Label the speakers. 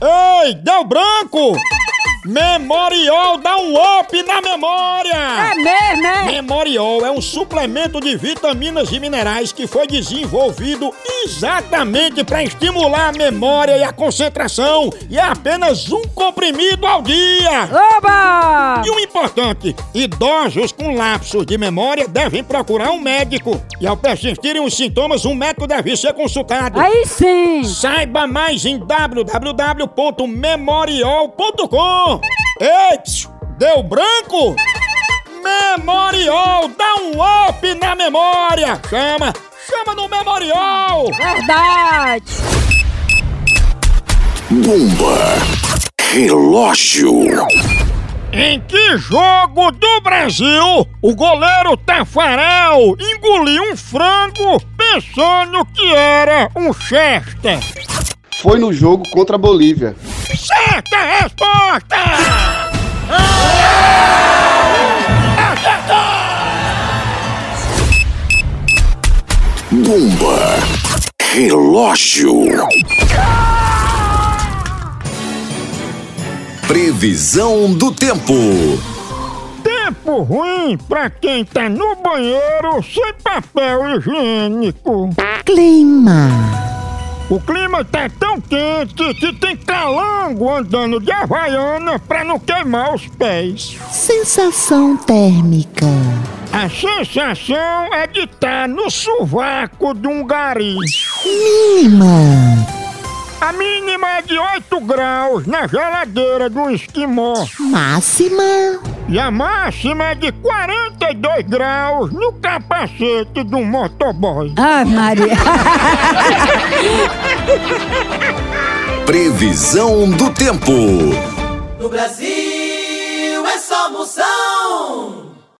Speaker 1: Ei, deu branco! Memorial dá um up na memória!
Speaker 2: É mesmo, é?
Speaker 1: Memorial é um suplemento de vitaminas e minerais que foi desenvolvido exatamente para estimular a memória e a concentração e é apenas um comprimido ao dia!
Speaker 2: Oba!
Speaker 1: E o importante, idosos com lapsos de memória devem procurar um médico e ao persistirem os sintomas, um médico deve ser consultado.
Speaker 2: Aí sim!
Speaker 1: Saiba mais em www.memorial.com. Ei, psiu, deu branco? Memorial, dá um up na memória. Chama, chama no Memorial.
Speaker 2: Verdade!
Speaker 3: Bomba. Relógio.
Speaker 1: Em que jogo do Brasil o goleiro Tafarel engoliu um frango pensando que era um chester?
Speaker 4: Foi no jogo contra a Bolívia.
Speaker 1: Certa resposta!
Speaker 3: Bomba. Relógio. Previsão do tempo.
Speaker 1: Tempo ruim pra quem tá no banheiro sem papel higiênico.
Speaker 5: Clima.
Speaker 1: O clima tá tão quente que tem calango andando de havaiana pra não queimar os pés.
Speaker 5: Sensação térmica.
Speaker 1: A sensação é de estar no sovaco de um gari.
Speaker 5: Mínima.
Speaker 1: A mínima é de 8 graus na geladeira do esquimó.
Speaker 5: Máxima.
Speaker 1: E a máxima é de 42 graus no capacete do motoboy.
Speaker 2: Ai, Maria!
Speaker 3: Previsão do tempo.
Speaker 6: No Brasil é só moção.